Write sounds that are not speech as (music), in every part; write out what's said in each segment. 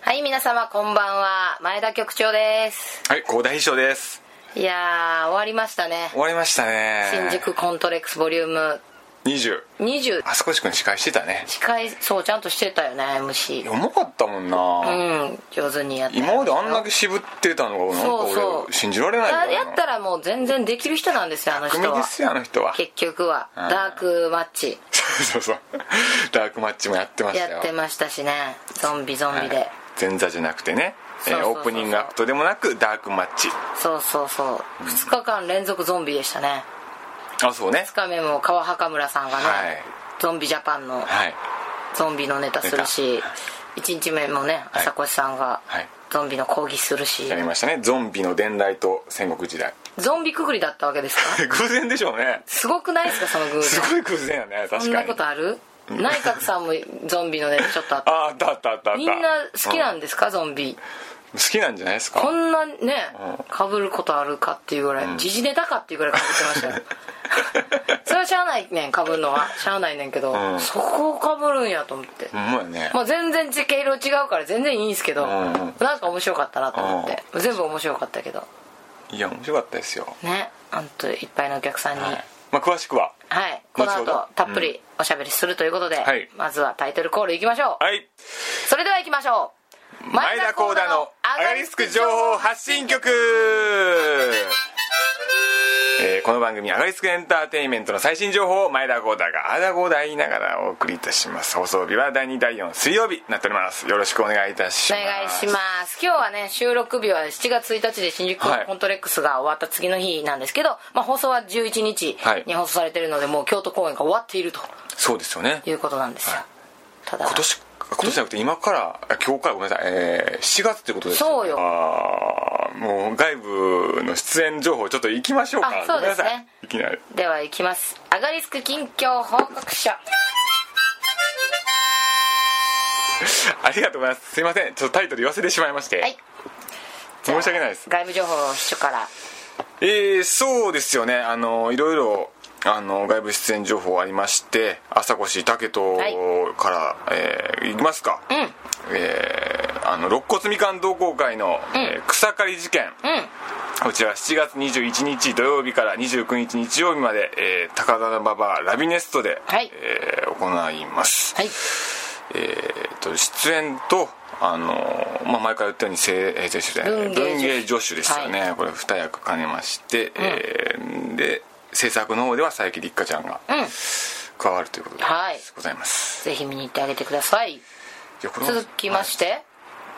はい皆様こんばんは前田局長ですはい、高田秘書です。いやー終わりましたね終わりましたね。新宿コントレックスボリューム20。 20あそこしくん司会してたね。近いそうちゃんとしてたよね MC 重かったもんな、うん上手にやって今まであんだけ渋ってたのが、なんかそうそう俺、信じられないもんなやったらもう全然できる人なんですよあの人巧みではすよ、あの人は。結局はうんダークマッチ (laughs) そうそうそう。ダークマッチもやってましたよ。やってましたしねゾンビゾンビで、はい前座じゃなくてね。えそうそうーそうオープニングアクトでもなくダークマッチそうそうそう2日間連続ゾンビでしたねあそうね2日目も川墓村さんがね、はいゾンビジャパンのはいゾンビのネタするし1日目もねい朝越さんがはいゾンビの講義するし、やりましたねゾンビの伝来と戦国時代ゾンビくぐりだったわけですか偶然でしょうねすごくないですかその偶然すごい偶然やねそ確んかなにことある内閣さんもゾンビのネタ (laughs) ちょっとあったああったあったあったあったみんな好きなんですか、ゾンビ好きなんじゃないですこかんなねかぶることあるかっていうぐらい時事ネタかっていうぐらいかぶってま (laughs) したよそれはしゃあないねんかぶるのはしゃあないねんけど、うんそこをかぶるんやと思ってほんまやねまあ、全然毛色違うから全然いいんですけど、うんうんなんか面白かったなと思って、全部面白かったけどいや面白かったですよねあんといっぱいのお客さんにははいい、まあ詳しくはこの後ほど後たっぷりおしゃべりするということで、はいまずはタイトルコールいきましょう、はいそれではいきましょう前田幸田のアガリスク情報発信 (laughs) 局えーこの番組「アガリスクエンターテインメント」の最新情報を前田幸田が「あだこうだ」言いながらお送りいたします放送日は第2第4水曜日になっておりますよろしくお願いいたしおます願いします今日はね収録日は7月1日で新宿はいコントレックスが終わった次の日なんですけど、まあ、放送は11日はいに放送されてるので、もう京都公演が終わっているとそうですよねいうことなんですよ、はいただ今年今年じゃなくて今からあ今日からごめんなさい、えー7月ってことですそうよあーもう外部の出演情報ちょっと行きましょうかあそうですねごめんなさいいきなりでは行きますアガリスク近況報告書ありがとうございますすいませんちょっとタイトル忘れてしまいまして、はい申し訳ないです外務情報秘書からえー、そうですよねあのいろいろあの外部出演情報ありまして朝越武人から、いえーいきますか、うんえーあの肋骨みかん同好会の、えー草刈り事件、うんこちら7月21日土曜日から29日日曜日まで、えー高田馬場ラビネストで、はいえー行います、はいえーと出演とあのーまあ、毎回言ったように声えー声優じゃない文芸助手文芸助手ですよね、これ2役兼ねまして、えーで制作の方では佐伯立花ちゃんがうん加わるということではいございます、ぜひ見に行ってあげてくださいいやこれも続きまして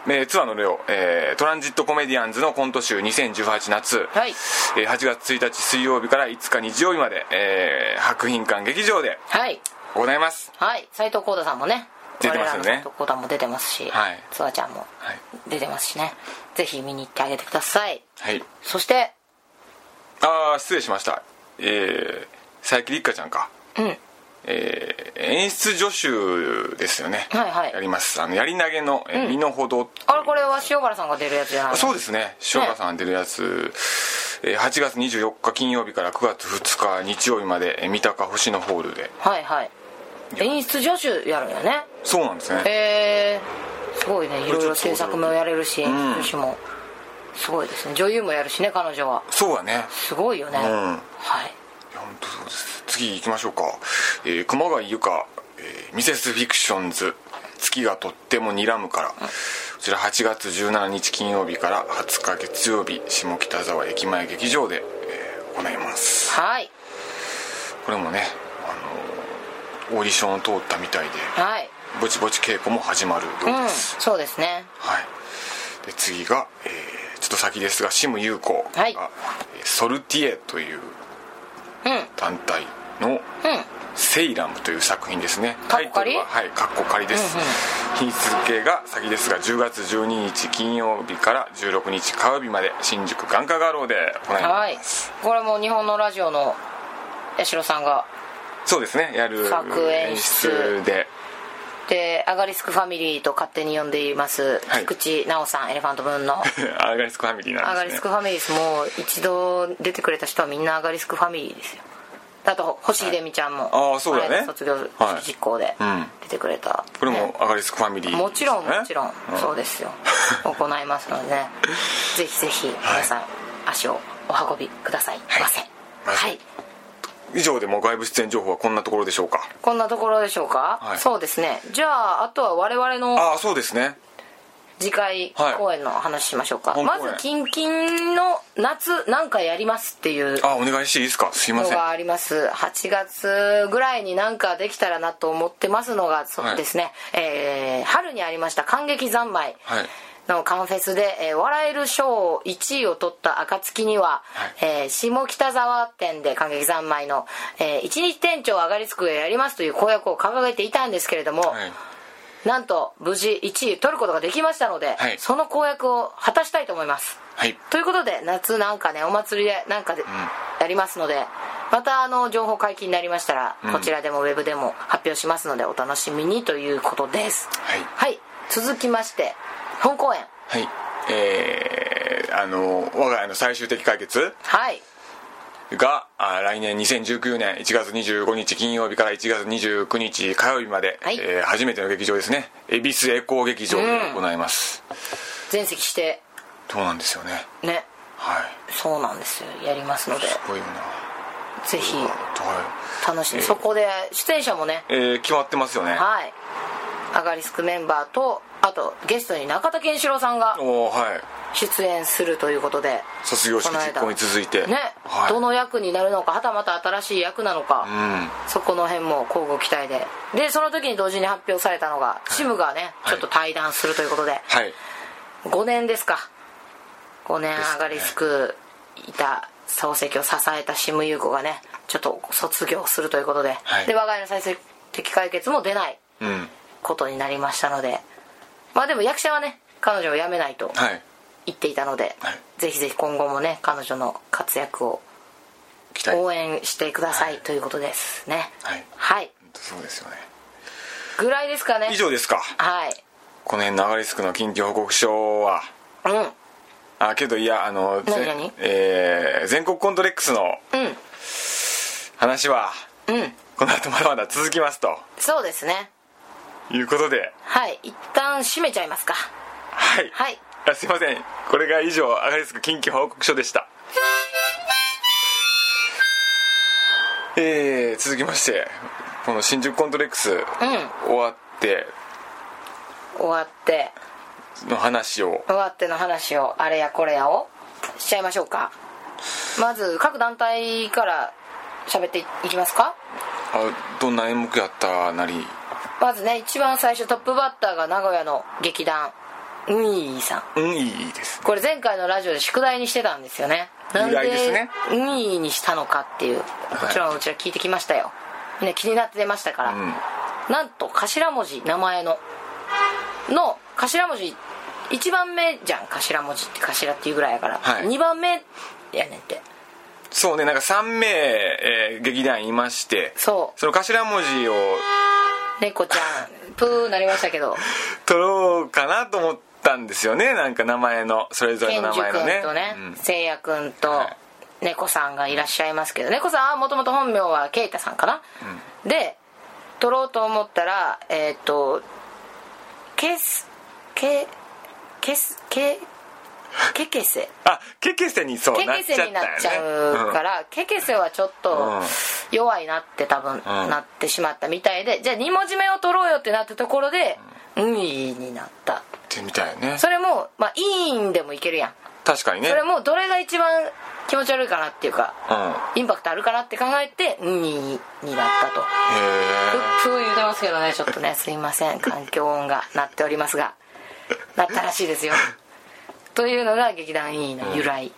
えーツアーのレオ、えートランジットコメディアンズのコント集2018夏、はいえー8月1日水曜日から5日日曜日まで、えー博品館劇場ではい行います、はい斉藤浩太さんもね出てますよね我らの斉藤浩太も出てますしはいつわちゃんもはい出てますしねぜひ見に行ってあげてくださいはい、そしてああ失礼しましたえー佐伯立花ちゃんかうんはいえー演出助手ですよねはいはいやりますあのやり投げの「えー身の程」あれこれは塩原さんが出るやつじゃないあそうですね塩川さん出るやつ、えー8月24日金曜日から9月2日日曜日まで、えー三鷹星野ホールではいはい演出助手やるんやねそうなんですねへえすごいねいろいろちょ制っと驚いた作もやれるしん演出もすごいですね女優もやるしね彼女はそうだねすごいよね、うんはいいや本当そうです次行きましょうか、えー熊谷由香、えーミセスフィクションズ月がとっても睨むから、こちら8月17日金曜日から20日月曜日下北沢駅前劇場で、えー行いますはいこれもねあのオーディションを通ったみたいではいぼちぼち稽古も始まるよううんです、そうですねはいで次が、えーちょっと先ですがシム優子が、はいえーソルティエといううん団体のうん「セイラム」という作品ですねかっこ仮ははいかっこ仮です、うんうん日付が先ですが10月12日金曜日から16日火曜日まで新宿眼科画廊で行いはいます、これも日本のラジオの八代さんがそうですねやる作演演出出ででアガリスクファミリーと勝手に呼んでいます、はい菊池奈緒さんエレファント分 (laughs) のアガリスクファミリーなアんガですねリスクファミリーですもう一度出てくれた人はみんなアガリスクファミリーですよあと星秀美ちゃんも、あーそうだねこれ卒業式実行でうん出てくれた、これねもアガリスクファミリーですね、もちろんもちろん、うんそうです (laughs) よ行いますのでねぜひぜひ皆さん、足をお運びくださいませませはい以上でもう外部出演情報はこんなところでしょうかこんなところでしょうか、はいそうですねじゃああとは我々のああそうですね次回はい公演の話しましょうか、本公ま演ず「キンキンの夏何かやります」っていうあお願いしていいですかすいまのせんがあります8月ぐらいになんかできたらなと思ってますのがそうですね、えー春にありました「感激三昧」はいのカンフェスで、えー笑える賞1位を取った暁には、えー下北沢店で感激三昧の、えー一日店長上がりつくへやりますという公約を掲げていたんですけれども、はいなんと無事1位取ることができましたので、はいその公約を果たしたいと思いますはいということで夏なんかねお祭りでなんかで、やりますのでまたあの情報解禁になりましたら、こちらでもウェブでも発表しますのでお楽しみにということですはいはい続きまして本公演はいえー、あの我が家の最終的解決はいがあ来年2019年1月25日金曜日から1月29日火曜日まで、はいえー初めての劇場ですね恵比寿エコー劇場で行います、全席してそうなんですよねねはいそうなんですよやりますのですごいよなぜひは楽しんで、えーそこで出演者もねい、えー、決まってますよねはいアガリスクメンバーとあとゲストに中田健志郎さんがおおはい出演するということで卒業式この間実行に続いてね、はい、どの役になるのかはたまた新しい役なのか、うんそこの辺も交互期待ででその時に同時に発表されたのが、シムがねはいちょっと対談するということで、はい5年ですか5年ですね上がりすくいた漱石を支えたシム優子がねちょっと卒業するということで、はいで我が家の最終的解決も出ないうんことになりましたのでまあでも役者はね彼女を辞めないとはい言っていたので、はいぜひぜひ今後もね彼女の活躍を期待応援してくださいということですねはいはいそうですよねぐらいですかね以上ですかはいこの辺のアガリスクの緊急報告書はうんうんあけどいやあのぜ何々えー全国コントレックスの話はうんこの後まだまだ続きますとそうですねいうことではい一旦閉めちゃいますかはい、はいあすいませんこれが以上アガリスク緊急報告書でしたえー、続きましてこの新宿コントレックス、終わって終わっての話を終わっての話をあれやこれやをしちゃいましょうかまず各団体から喋っていきますかあどんな演目やったなりまずね一番最初トップバッターが名古屋の劇団ウィーさんうんいいですこれ前回のラジオで宿題にしてたんですよねなん由来ですねで海にしたのかっていうもちろんうちら聞いてきましたよみんな気になってましたから、んなんと頭文字名前のの頭文字1番目じゃん頭文字って頭っていうぐらいやから、はい2番目やねんってそうねなんか3名、えー劇団いましてそうその頭文字を猫ちゃんプーなりましたけど取ろうかなと思ったんですよねなんか名前のそれぞれ健の名く君前のねとねうんせいや君とはい猫さんがいらっしゃいますけど猫さんはもともと本名はケイタさんかな、で取ろうと思ったらえっ、とケスケケスケケケ (laughs) セあケケセにそうケなっケちゃっセたになっちよゃねうから、ケケセはちょっと弱いなって多分、なってしまったみたいでじゃあ2文字目を取ろうよってなったところで「うん」になったうんってみたいねそれもまあ「いいん」でもいけるやん確かにねそれもどれが一番気持ち悪いかなっていうかうんへインパクトあるかなって考えて「うん」になったとふふう言うてますけどねちょっと (laughs) ねすいません環境音が鳴っておりますがなったらしいですよというのが劇団 E の由来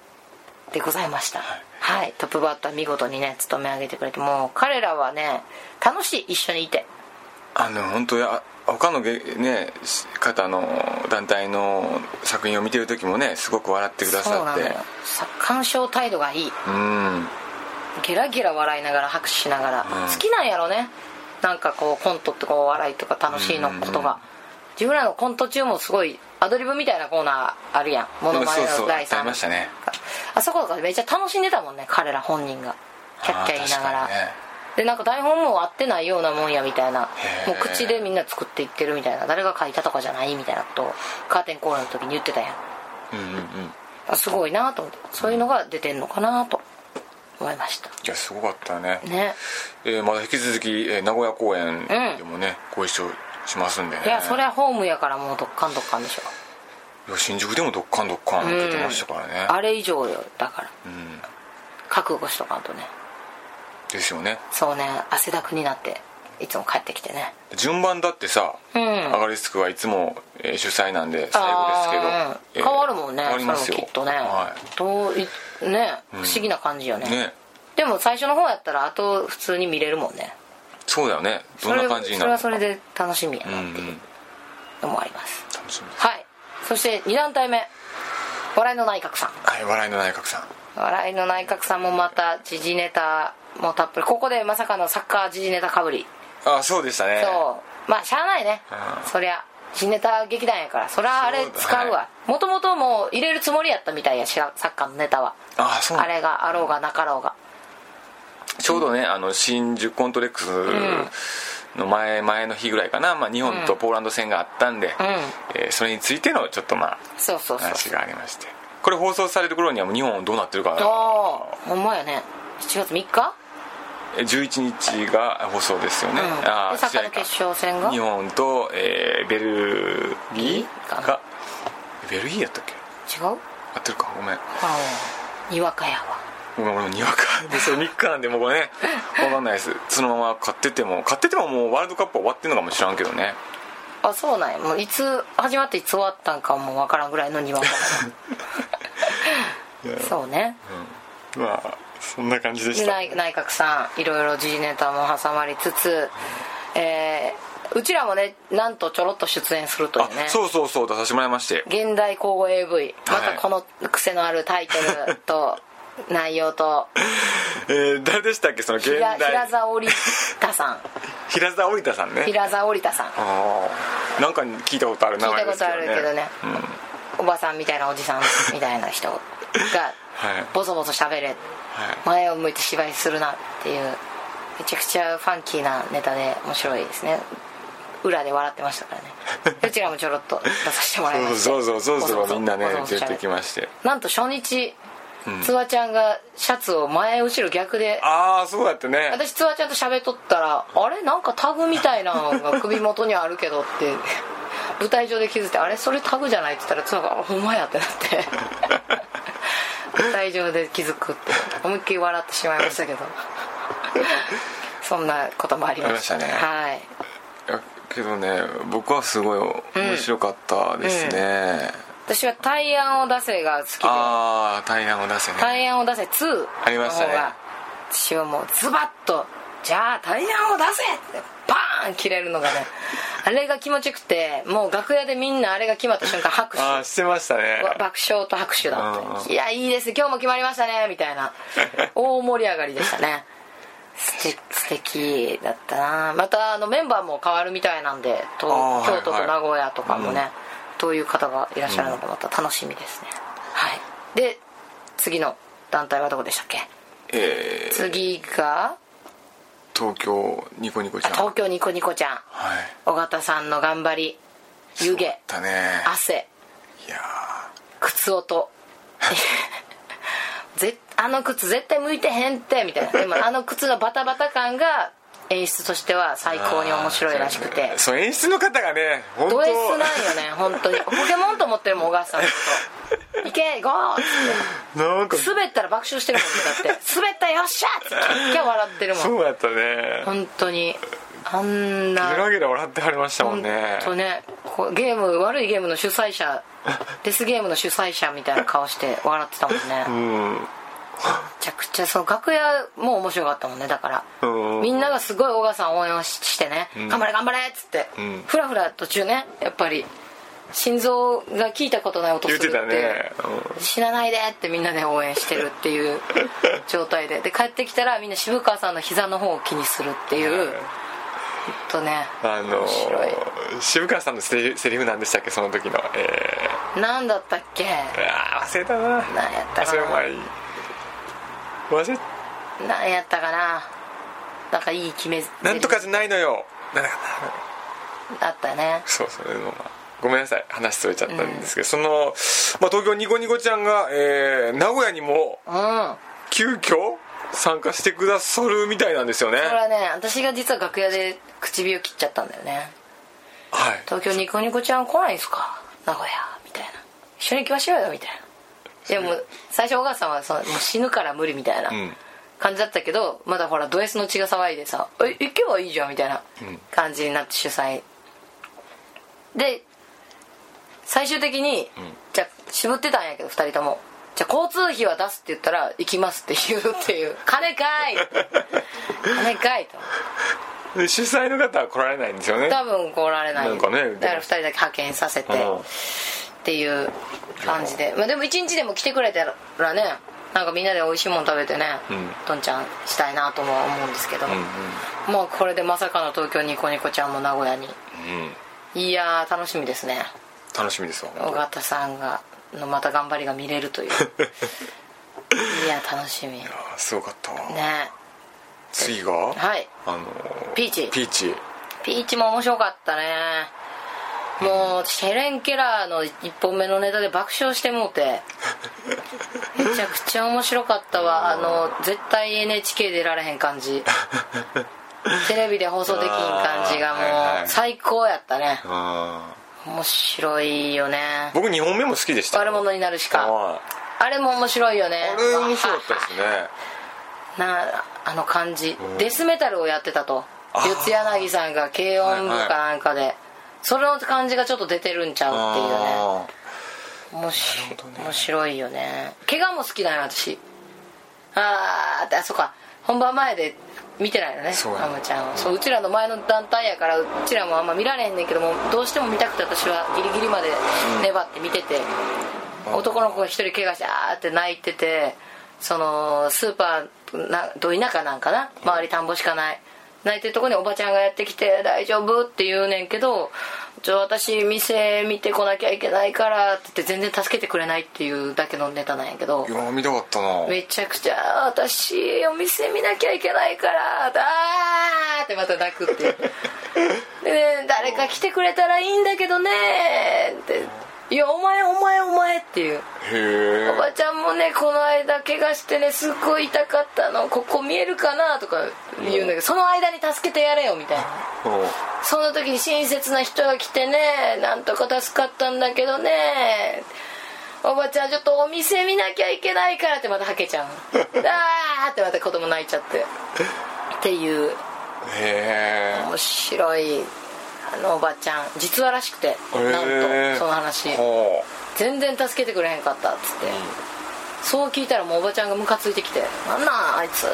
でございました、はいトップバッター見事にね務め上げてくれてもう彼らはね楽しい一緒にいてえあの本当や他のげねし方の団体の作品を見てる時もねすごく笑ってくだそうさっなのてよさ鑑賞態度がいいうんゲラゲラ笑いながら拍手しながら、うん好きなんやろねなんかこうコントとかお笑いとか楽しいのことが、自分らのコント中もすごいアドリブみたいなコーナーあるやんモノマネそうそのう第あ3りましたねあそことかめっちゃ楽しんでたもんね彼ら本人がキャッキャ言いながあら、ー確かにねでなんか台本も合ってないようなもんやみたいなへーもう口でみんな作っていってるみたいな誰が書いたとかじゃないみたいなことをカーテンコーナーの時に言ってたやんうんうんうんあすごいなと思ってそういうのが出てんのかなと思いましたいやすごかったねねえーまだ引き続き、えー名古屋公演うんでもね、ご一緒しますんでねいやそれはホームやからもうどっかんどっかんでしょいや新宿でもどっかんどっかん出てましたからね、あれ以上よだからうん覚悟しとかんとねですよねそうね汗だくになっていつも帰ってきてね順番だってさ、うんアガリスクはいつも、えー主催なんで最後ですけど、えあーー変わるもんね、変わりますそよれもきっとね、はどういね不思議な感じよね,、い、ねでも最初の方やったらあと普通に見れるもんねそうだよねどんな感じになるのそれはそれで楽しみやうんなうっんていうのもあります、楽しみですはいそして2団体目笑いの内閣さんはい笑いの内閣さん笑いの内閣さんもまた時事ネタもたっぷりここでまさかのサッカー時事ネタかぶりあそうでしたねそうまあしゃあないね、うんそりゃ新ネタ劇団やからそりゃあれ使うわもともともう入れるつもりやったみたいやしらサッカーのネタはあそうあれがあろうがなかろうがちょうどねあの新宿コントレックスの前前の日ぐらいかな、まあ、日本とポーランド戦があったんで、えーそれについてのちょっとまあそうそうそう話がありましてこれ放送される頃にはもう日本どうなってるかああほんまやね7月3日、えー11日が放送ですよね、うん、であーサッカーの試合か決勝戦が日本と、えーベルギーかながベルギーやったっけ違う合ってるかごめんああにわかやわごめん俺もにわ (laughs) かでそれ3日なんでもうこれね分かんないですそのまま買ってても買っててももうワールドカップ終わってんのかもしらんけどねあそうなんやもういつ始まっていつ終わったんかもわからんぐらいのにわかやわ (laughs) そうねまあそんな感じででした内内閣さんいろいろ時事ネタも挟まりつつ、えーうちらもねなんとちょろっと出演するというねあそうそうそう出させてもらいまして現代交互 AV またこの癖のあるタイトルと内容とえー誰でしたっけその現平代平沢織田さ (laughs) ん平沢織田さんね平沢織田さんああなんか聞いたことある名聞い前たでこすけとどあねるけどねうんおばさんみたいなおじさんみたいな人がはいボソボソ喋れはい前を向いて芝居するなっていうめちゃくちゃファンキーなネタで面白いですね裏で笑ってましたから (laughs) ねうちらもちょろっと出させてもらいましたそうそうそうそうそうみんなね出てきすましてなんと初日つわちゃんがシャツを前後ろ逆でああそうやってね私つわちゃんと喋っとったらあれなんかタグみたいなの (laughs) が首元にあるけどって舞台上で気づいてあれそれタグじゃないって言ったらつわがあほんまやってなって (laughs) 舞台上で気づくって思いっきり笑ってしまいま (laughs) したけどそんなこともありましたねありましたはいいやけどね僕はすごい面白かったですね、私は「対案を出せ」が好きでああ対案を出「せね対案を出せ2」のありました方ねが私はもうズバッと「じゃあ対案を出せ!」ってバーン切れるのがねあれが気持ちよくてもう楽屋でみんなあれが決まった瞬間拍手ああしてましたねわ爆笑と拍手だっうんて「いやいいですね今日も決まりましたね」みたい (laughs) な大盛り上がりでしたね素敵素敵だったなまたあのメンバーも変わるみたいなんでとあー京都はといはい名古屋とかもね、どういう方がいらっしゃるのかまた楽しみですね、はいで次の団体はどこでしたっけえー、次が東京ニコニコちあゃん東京ニコニコちゃんはい尾形さんの頑張り湯気だね汗いや靴音 (laughs) ぜあの靴絶対向いてへんってみたいなでも (laughs) あの靴のバタバタ感が演出としては最ー高に面白いらしくてあーそう演出の方がね本当ド S なんよね本当にポケモンと思ってるもん小川さんのこと「いけゴー!」っなんかつって滑ったら爆笑してるもんねだって滑ったよっしゃってキャッキャ笑ってるもんそうやったね本当にあんなゲラゲラ笑ってはりましたもんね本当ねこうゲーム悪いゲームの主催 (laughs) 者デスゲームの主催者みたいな顔して笑ってたもんねうんめちゃくちゃその楽屋も面白かったもんねだから、うんみんながすごい小川さんを応援をししてね、頑張れ頑張れっつって、んふらふら途中ねやっぱり心臓が聞いたことない音す言っるっててたね、死なないでってみんなで応援してるっていう (laughs) 状態でで帰ってきたらみんな渋川さんの膝の方を気にするっていう、ほんとねうん、あの面白ー、渋川さんのセリセリフなんでしたっけその時のえ何だったっけー、あー忘れたな何やったあそれかおな前忘れ何やったかななんかいい決めなんとかじゃないのよなんだかなあったねそうそれのまあごめんなさい話それちゃったんですけど、その、まあ、東京ニコニコちゃんが、えー名古屋にもうんそれは急遽参加してくださるみたいなんですよねはね私が実は楽屋で唇を切っちゃったんだよねい東京ニコニコちゃん来ないんすか名古屋みたいな一緒に行きましょうよみたいなでも最初小川さんはそのもう死ぬから無理みたいなうん感じだったけど、まだほらド S の血が騒いでさ「え行けばいいじゃん」みたいな感じになって主催で最終的に、じゃあ渋ってたんやけど2人ともじゃあ交通費は出すって言ったら行きますって言うっていう金か (laughs) い金かいとで主催の方は来られないんですよね多分来られないなんかねだから2人だけ派遣させてうんっていう感じで、まあ、でも一日でも来てくれたらねなんかみんなで美味しいもん食べてね、んどんちゃんしたいなとも思うんですけど、うんもうこれでまさかの東京ニコニコちゃんも名古屋にうんうんいやー楽しみですね楽しみですわ尾形さんがのまた頑張りが見れる (laughs) といういや楽しみねあーすごかったわ、次が、はいあのピーチピーチピーチも面白かったねもうシェレン・ケラーの1本目のネタで爆笑してもうてめちゃくちゃ面白かったわあの絶対 NHK 出られへん感じテレビで放送できん感じがあーはいもはうい最高やったねあ面白いよねー僕2本目も好きでした悪者になるしかはいあれも面白いよねあれ面白かったですねなあの感じデスメタルをやってたと四ツ柳さんが軽音部かなんかで、それの感じがちょっと出てるんちゃうっていうねあ面白なるほどね面白いよね怪我も好きだよ私あーってあそっか本番前で見てないのねそうやママちゃんはそううちらの前の団体やからうちらもあんま見られへんねんけどもどうしても見たくて私はギリギリまで粘って見てて、男の子が一人怪我してあーって泣いててそのスーパーなど田舎なんかな周り田んぼしかない泣いてるとこにおばちゃんがやってきて「大丈夫?」って言うねんけど「ちょ私店見てこなきゃいけないから」って言って全然助けてくれないっていうだけのネタなんやけどーいや見たかったなめちゃくちゃ「私お店見なきゃいけないから」あーってまた泣くっていうで、ね誰か来てくれたらいいんだけどね」って「いやお前お前お前」っていうへえおばちゃんもねこの間怪我してねすっごい痛かったのここ見えるかなとか言うんだけどその間に助けてやれよみたいなその時に親切な人が来てねなんとか助かったんだけどねおばちゃんちょっとお店見なきゃいけないからってまたはけちゃ (laughs) うあーってまた子供泣いちゃってっていうへえ面白いあのおばちゃん実話らしくてなんへーとその話は全然助けてくれへんかったっつって、そう聞いたらもうおばちゃんがムカついてきて「なんなんあいつ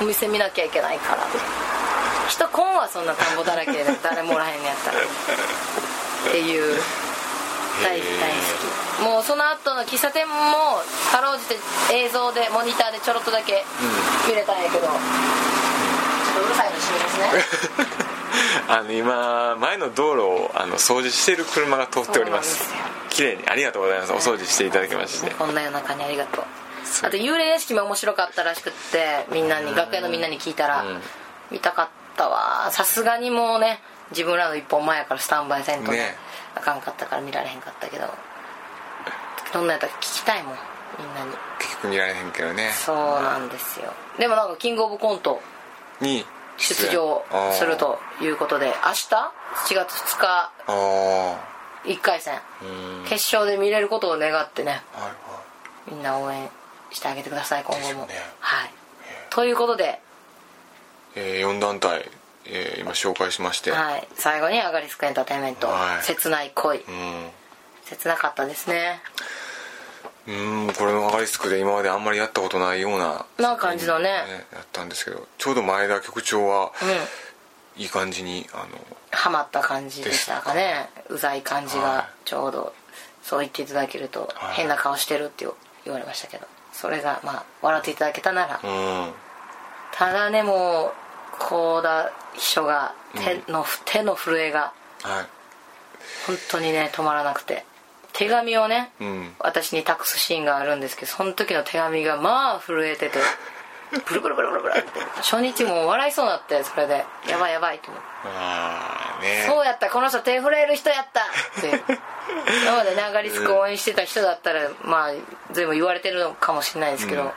お店見なきゃいけないから」人来んわそんな田んぼだらけで誰もおらへんのやったらっていう大大好きもうその後の喫茶店もかろうじて映像でモニターでちょろっとだけ見れたんやけど、ちょっとうるさいのしみますね (laughs) ああの今前の道路をあの掃除している車が通っておりまそすうなん綺麗にありがとうございますお掃除していただきましてこんな夜中にありがとうそうあと幽霊屋敷も面白かったらしくってみんなに楽屋のみんなに聞いたらうん見たかったわさすがにもうね自分らの一本前やからスタンバイせんとねねあかんかったから見られへんかったけどどんなやったか聞きたいもんみんなに結局見られへんけどねそうなんですよでもなんかキングオブコントに出場するということで明日7月2日あーあ1回戦ーうん決勝で見れることを願ってねはいはいみんな応援してあげてください今後も、ですよねはいということで、えー、4団体、えー今紹介しまして、はい、最後にアガリスクエンターテインメント「はい切ない恋うん」切なかったですねうんこれのアガリスクで今まであんまりやったことないようなな感じのねやったんですけどちょうど前田局長はうんいい感じにあのハマった感じでしたかねうざい感じはいがちょうどそう言っていただけるとはい変な顔してるって言われましたけどそれがまあ笑っていただけたならうんただねもう幸田秘書が手の手の震えがは本当にね止まらなくて手紙をね、いうん私に託すシーンがあるんですけどその時の手紙がまあ震えててブルブルブルブルブルって初日もう笑いそうになってそれでやばいやばいと思ってああねそうやったこの人手震える人やったって今まで長リスク応援してた人だったらまあ随分言われてるのかもしれないですけど、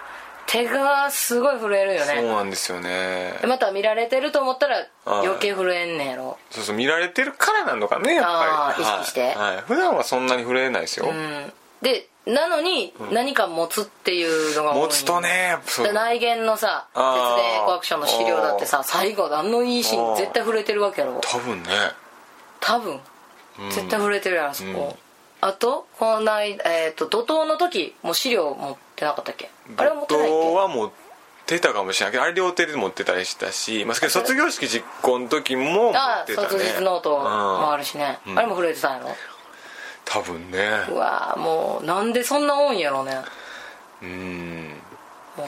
手がすごい震えるよそうねなんですよねでまた見られてると思ったらはい余計震えんねやろそうそう見られてるからなのかねやっぱりあー意識してはいはい普段はそんなに触れないですよ、うんでなのに何か持つっていうのが多い持つとねやっぱそうで内言のさ節あー電エコアクションの資料だってさ最後あのいいシーあンー絶対震えてるわけやろ多分ね多分うん絶対震えてるやんあそうんこ、あとこの間、えー、と怒涛の時も資料持ってなかったっけあれは持ってないっ怒涛けは持ってたかもしれないけどあれ両手で持ってたりしたし、まあ、けど卒業式実行の時も持あっあてたね卒日ノートもあるるしね、うんあれも震えてたんやろ多分ねうわーもうなんでそんな多いんやろねうん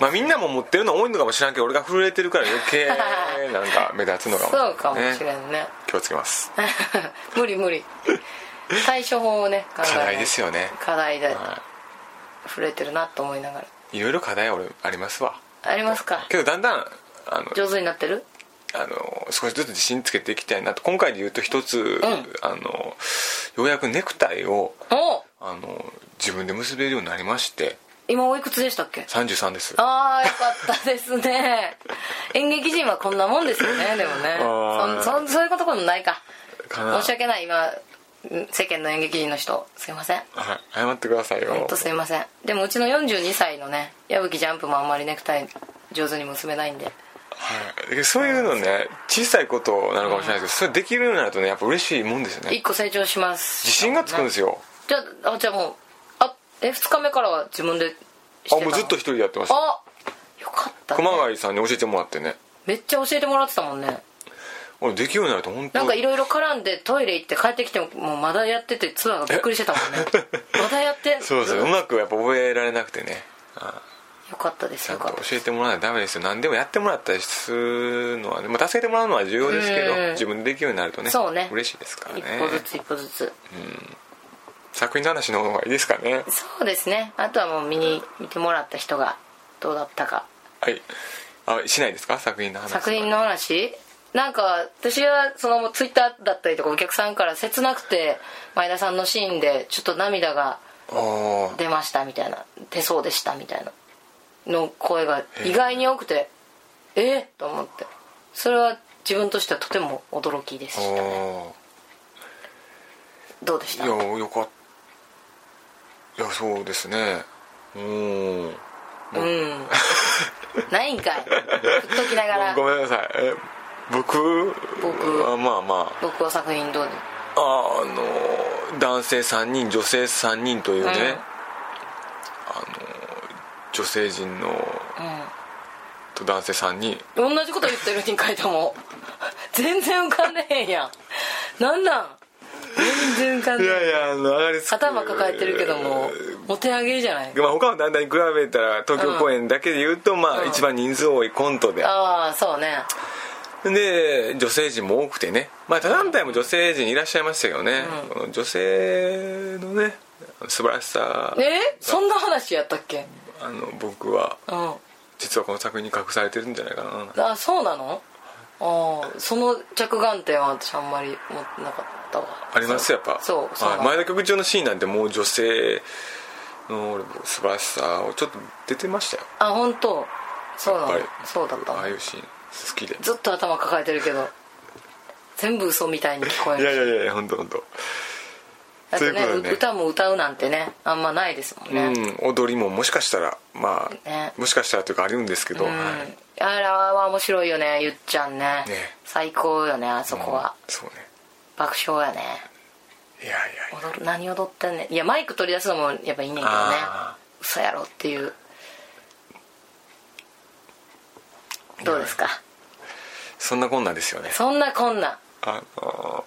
まあみんなも持ってるの多いのかもしれないけど俺が震えてるから余 (laughs) 計なんか目立つのかもしれない、そうかもしれいんね気をつけます (laughs) 無理無理対処法をね考え課ない題ですよね課題では震えてるなと思いながらいいろいろ課題は俺ありますわありますかけどだんだんあの上手になってるあの少しずつ自信つけていきたいなと今回で言うと一つ、あのようやくネクタイをおうあの自分で結べるようになりまして今おいくつでしたっけ33ですああよかったですね演劇人はこんなもんですよねでもねあーそんそんそういうことことないかかな申し訳ない今ん世間の演劇人の人すいませんはい謝ってくださいほんよとすいませんでもうちの42歳のね矢吹ジャンプもあんまりネクタイ上手に結べないんではいそういうのね小さいことなのかもしれないですけどそれできるようになるとねやっぱ嬉しいもんですよ一ね個成長します自信がつくんですよよじゃああじゃあもうあえ2日目からは自分でしてたあのもうずっと一人でやってましたあよかった、ね、熊谷さんに教えてもらってねめっちゃ教えてもらってたもんね俺できるようになると本当なんかいろいろ絡んでトイレ行って帰ってきてももうまだやっててツアーがびっくりしてたもんね (laughs) まだやってんのそうそううまくやっぱ覚えられなくてねあよかったですちゃよんかっとたです教えてもらわないとダメですよ何でもやってもらったりするのはね、まあ、助けてもらうのは重要ですけどうん自分でできるようになるとねそうね嬉しいですからね一歩ずつ一歩ずつ作品の話の方がいいですかねそうですねあとはもう見に見てもらった人がどうだったかはいあしないですか作品の話作品の話なんか私はそのツイッターだったりとかお客さんから切なくて前田さんのシーンでちょっと涙があ出ましたみたいな出そうでしたみたいなの声が意外に多くてえっと思ってそれは自分としてはとても驚きでしあたねどうでしたいやよかったいやそうですねううんんないんかい (laughs) 振っときながらごめんなさいえ僕僕はまあまあ僕は作品どうであの男性3人女性3人というね、うんあの女性陣のと男性3人うん同じこと言ってるに書いたもん (laughs) 全然浮かんでへんやんなんなん全然浮かんいでへんやいやあの上がりつく頭抱えてるけどもお手上げじゃないまあ、他の団体に比べたら東京公演だけで言うと、まあうん一番人数多いコントで、ああそうねで女性陣も多くてねまあ他団体も女性陣いらっしゃいましたけどね、この女性のね素晴らしさ、えそんな話やったっけあの僕はうん実はこの作品に隠されてるんじゃないかなあそうなのああその着眼点は私あんまり持ってなかったわありますやっぱそうそうなはいの前田局長のシーンなんてもう女性の素晴らしさをちょっと出てましたよあ本当そうなのやっぱりそうだったああのいうシーン好きでずっと頭抱えてるけど全部嘘みたいに聞こえいやるいやいやいや本当本当だってねそういうことだね歌も歌うなんてねあんまないですもんね、うん、踊りももしかしたらまあ、ねもしかしたらというかあるんですけど、うんはいあれは面白いよねゆっちゃんねね最高よねあそこは、うんそうね爆笑やねいやいやいや踊る何踊ってんねんいやマイク取り出すのもやっぱいいねんけどねあ嘘やろっていうどうですかそんなこんなですよねそんなこんなあのー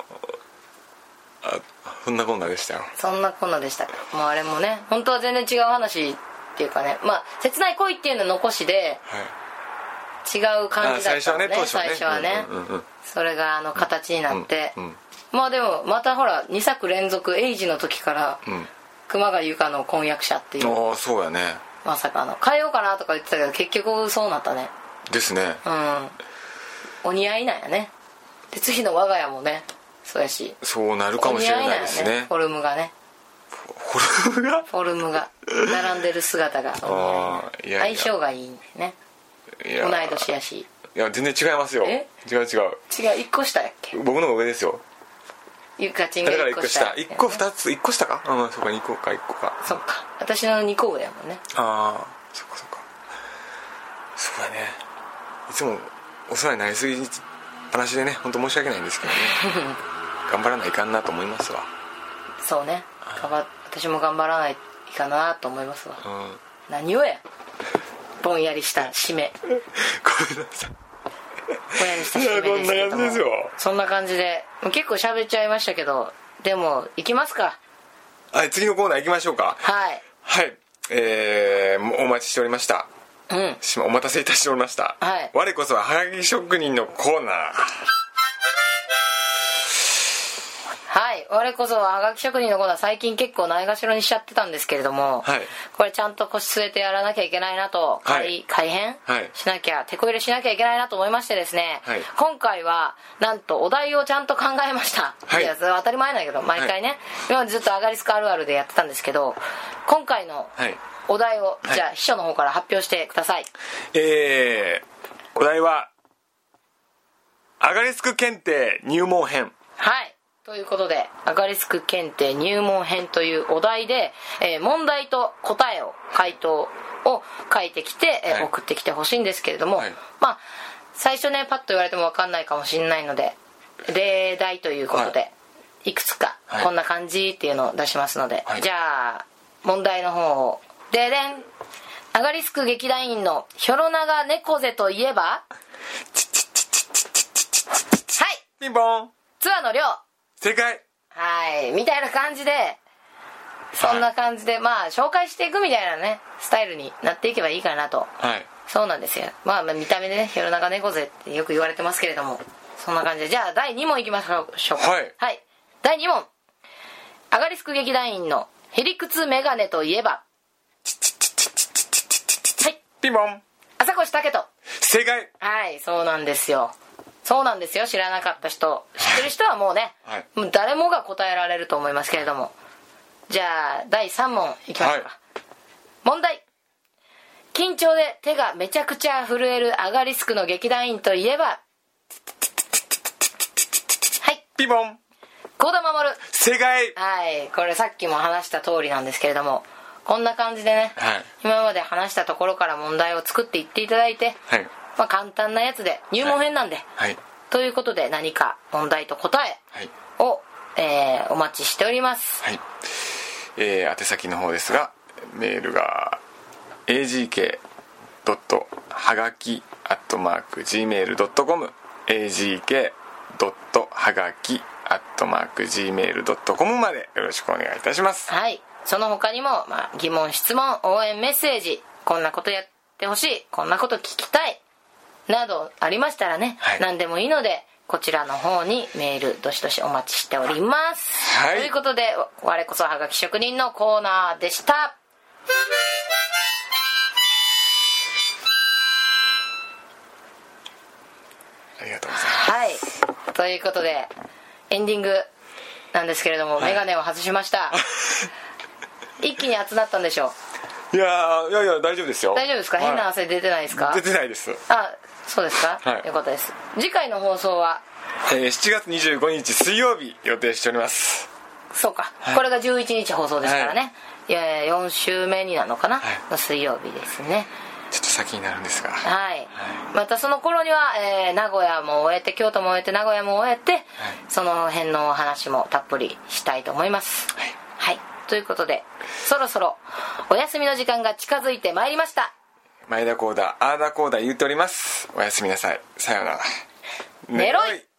あそんなこんなでしたよそんなこんなでしたかもうあれもね本当は全然違う話っていうかねまあ切ない恋っていうの残しではい違う感あじだ最っ初たのはねね当初は最ね初はねうんうんうんそれがあの形になって、うんうんまあでもまたほら2作連続エイジの時から、うん熊谷由香の婚約者っていうああそうやねまさかの変えようかなとか言ってたけど結局そうなったねですねうんお似合いなんやねで次の我が家もねそうやしそうなるかおもし似れ合いなないんでやすねねフォルムがねフォルムがフォルムが並んでる姿が (laughs) あーいやいや相性がいいんだよねいや同い年やしいや全然違いますよえ違う違う違う1個下やっけ僕の方が上ですよゆかちんがだから1 1個個下下1個2つ1個下かうんそうか2個か1個かそっか私の2個上やもんねああそっかそっかそうだねいつもお世話になりすぎっぱなしでね本当申し訳ないんですけどね頑張らないかんなと思いますわそうね頑張っ私も頑張らないかなと思いますわうんごめん何をやぼんやりした締めなさいぼんやりした締めですけどいやこんもな感じですよそんな感じでもう結構喋っちゃいましたけどでも行きますかはい次のコーナー行きましょうかはいはいえー、もうお待ちしておりましたうんしまお待たせいたしておりました、はい我こそははがき職人のコーナーはい我こそははがき職人のコーナー最近結構ないがしろにしちゃってたんですけれども、はいこれちゃんと腰据えてやらなきゃいけないなとは改い改変、はいしなきゃ手こ入れしなきゃいけないなと思いましてですね、はい今回はなんとお題をちゃんと考えました、はいやそれは当たり前だけど毎回ね、今までずっとアガリスクあるあるでやってたんですけど今回のはいお題を、はいじゃあ秘書の方から発表してくださいえー、お題はアガリスク検定入門編はい。ということで、アガリスク検定入門編というお題で、えー問題と答えを、回答を書いてきて、えーはい送ってきてほしいんですけれども、はいまあ、最初ね、パッと言われてもわかんないかもしれないので、例題ということで、、はいくつか、はいこんな感じっていうのを出しますので、はいじゃあ、問題の方を、ででんアガリスク劇団員のヒョロナガ猫背といえばはいピンポンツアーの量正解はい、みたいな感じで、そんな感じで、まあ、紹介していくみたいなね、スタイルになっていけばいいかなと。はいそうなんですよ。まあ、まあ見た目でね、世の中猫背ってよく言われてますけれども、そんな感じで。じゃあ、第2問いきましょうしょうか。はい第2問。アガリスク劇団員のヘリクツメガネといえば、はい、ピンポン浅越武人。正解はい、そうなんですよ。そうなんですよ。知らなかった人。知ってる人はもうね、はいもう誰もが答えられると思いますけれども。じゃあ、第3問いきましょうか。はい問題。緊張で手がめちゃくちゃ震えるアガリスクの劇団員といえば、はい、ピンポン郷田守。正解はい、これさっきも話した通りなんですけれども、こんな感じでね、はい今まで話したところから問題を作っていっていただいて、はいまあ、簡単なやつで入門編なんで、はいということで何か問題と答えはいを、えーお待ちしておりますはいえー、宛先の方ですがメールが agk. はがき .gmail.com agk. はがき .gmail.com までよろしくお願いいたしますはいその他にも、まあ、疑問質問応援メッセージこんなことやってほしいこんなこと聞きたいなどありましたらね、はい何でもいいのでこちらの方にメールどしどしお待ちしております、はいということで我こそはがき職人のコーナーでしたありがとうございますはいということでエンディングなんですけれども、いメガネを外しました (laughs) 一気に熱なったんでしょういやーいやいや大丈夫ですよ大丈夫ですか、はい変な汗出てないですか出てないです、あそうですか、はいよかったです次回の放送はえー、7月25日水曜日予定しておりますそうか、はいこれが11日放送ですからね、、はいやいや4週目になるのかな、はいの水曜日ですねちょっと先になるんですがはい、またその頃には、えー名古屋も終えて京都も終えて名古屋も終えて、その辺のお話もたっぷりしたいと思いますはい、ということでそろそろお休みの時間が近づいてまいりました前田コーダあーだコーダ言うておりますおやすみなさいさようなら寝ろい